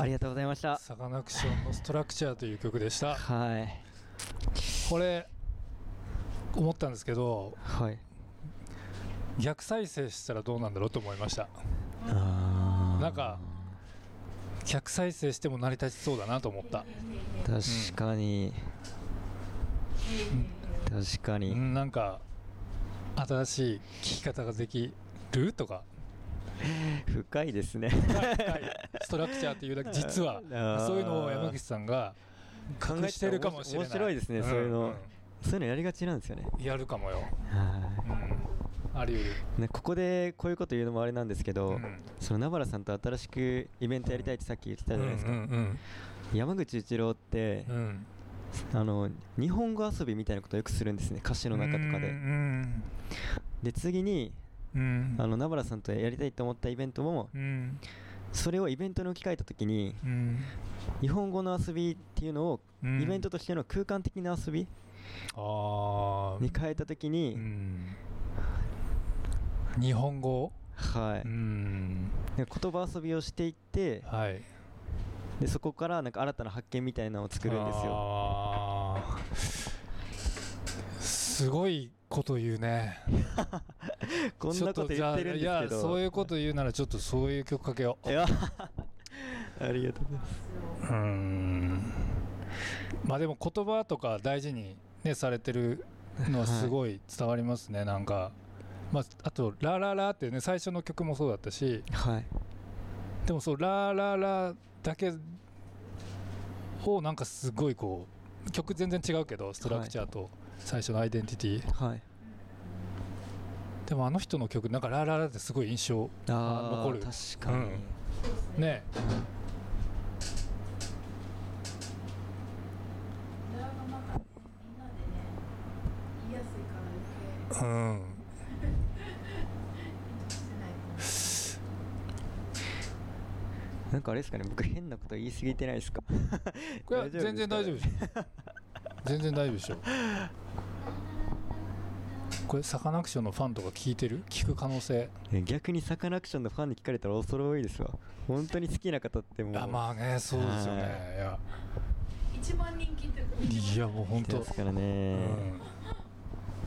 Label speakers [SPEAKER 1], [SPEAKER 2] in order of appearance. [SPEAKER 1] ありがとうございました
[SPEAKER 2] サカナクションのストラクチャーという曲でした
[SPEAKER 1] はい
[SPEAKER 2] これ思ったんですけど
[SPEAKER 1] はい
[SPEAKER 2] 逆再生したらどうなんだろうと思いました
[SPEAKER 1] あー
[SPEAKER 2] なんか逆再生しても成り立ちそうだなと思った、
[SPEAKER 1] 確かに、確かに、
[SPEAKER 2] うん、なんか新しい聞き方ができるとか
[SPEAKER 1] 深いですね
[SPEAKER 2] はいストラクチャーっていうだけ実は
[SPEAKER 1] ー
[SPEAKER 2] そういうのを山口さんが
[SPEAKER 1] 考
[SPEAKER 2] 隠してるかもしれない
[SPEAKER 1] 面白いですね、そういうの、
[SPEAKER 2] ん
[SPEAKER 1] そういうのやりがちなんですよね
[SPEAKER 2] うんやるかもよ、
[SPEAKER 1] は
[SPEAKER 2] うん、あり得る
[SPEAKER 1] いねここでこういうこと言うのもあれなんですけど、
[SPEAKER 2] うん
[SPEAKER 1] その名原さんと新しくイベントやりたいってさっき言ってたじゃないですか、
[SPEAKER 2] うんうん
[SPEAKER 1] 山口一郎って、
[SPEAKER 2] うんうん
[SPEAKER 1] あの日本語遊びみたいなことをよくするんですね歌詞の中とかで、
[SPEAKER 2] うん
[SPEAKER 1] で次に
[SPEAKER 2] うん
[SPEAKER 1] あの名原さんとやりたいと思ったイベントも、
[SPEAKER 2] うん
[SPEAKER 1] それをイベントに置き換えた時に
[SPEAKER 2] うん
[SPEAKER 1] 日本語の遊びっていうのを、
[SPEAKER 2] うん
[SPEAKER 1] イベントとしての空間的な遊び
[SPEAKER 2] あ
[SPEAKER 1] に
[SPEAKER 2] ー
[SPEAKER 1] 変えた時に、
[SPEAKER 2] うん日本語
[SPEAKER 1] はい、
[SPEAKER 2] うん
[SPEAKER 1] なんか言葉遊びをしていって
[SPEAKER 2] はい
[SPEAKER 1] でそこからなんか新たな発見みたいなのを作るんですよ
[SPEAKER 2] あーすごいこと言うね
[SPEAKER 1] こんなこと言ってるんですけど
[SPEAKER 2] ちょっとじゃあいやそういうこと言うならちょっとそういう曲かけよう
[SPEAKER 1] いや ありがとうございます
[SPEAKER 2] うーんまあでも言葉とか大事に、ね、されてるのはすごい伝わりますね、なんか、まあ、あと「ラララ」ってね最初の曲もそうだったし
[SPEAKER 1] はい
[SPEAKER 2] でもそう「ラララ」だけをなんかすごいこう曲全然違うけどストラクチャーと最初の「アイデンティティ」
[SPEAKER 1] はい
[SPEAKER 2] でもあの人の曲なんか「ラララ」ってすごい印象
[SPEAKER 1] あー
[SPEAKER 2] 残る
[SPEAKER 1] 確かに、
[SPEAKER 2] うんねうん
[SPEAKER 1] なんかあれですかね僕変なこと言い過ぎてないですか
[SPEAKER 2] いや全然大丈夫でしょ全然大丈夫でしょこれサカナクションのファンとか聞いてる聞く可能性
[SPEAKER 1] え逆にサカナクションのファンに聞かれたら恐れ多いですわ本当に好きな方ってもう
[SPEAKER 2] あまあねそうですよ
[SPEAKER 1] は
[SPEAKER 2] ね
[SPEAKER 3] 一番人気ってこと
[SPEAKER 2] いやいやもう本
[SPEAKER 1] 来て
[SPEAKER 2] 当
[SPEAKER 1] ますから
[SPEAKER 2] う
[SPEAKER 1] ね、
[SPEAKER 2] ん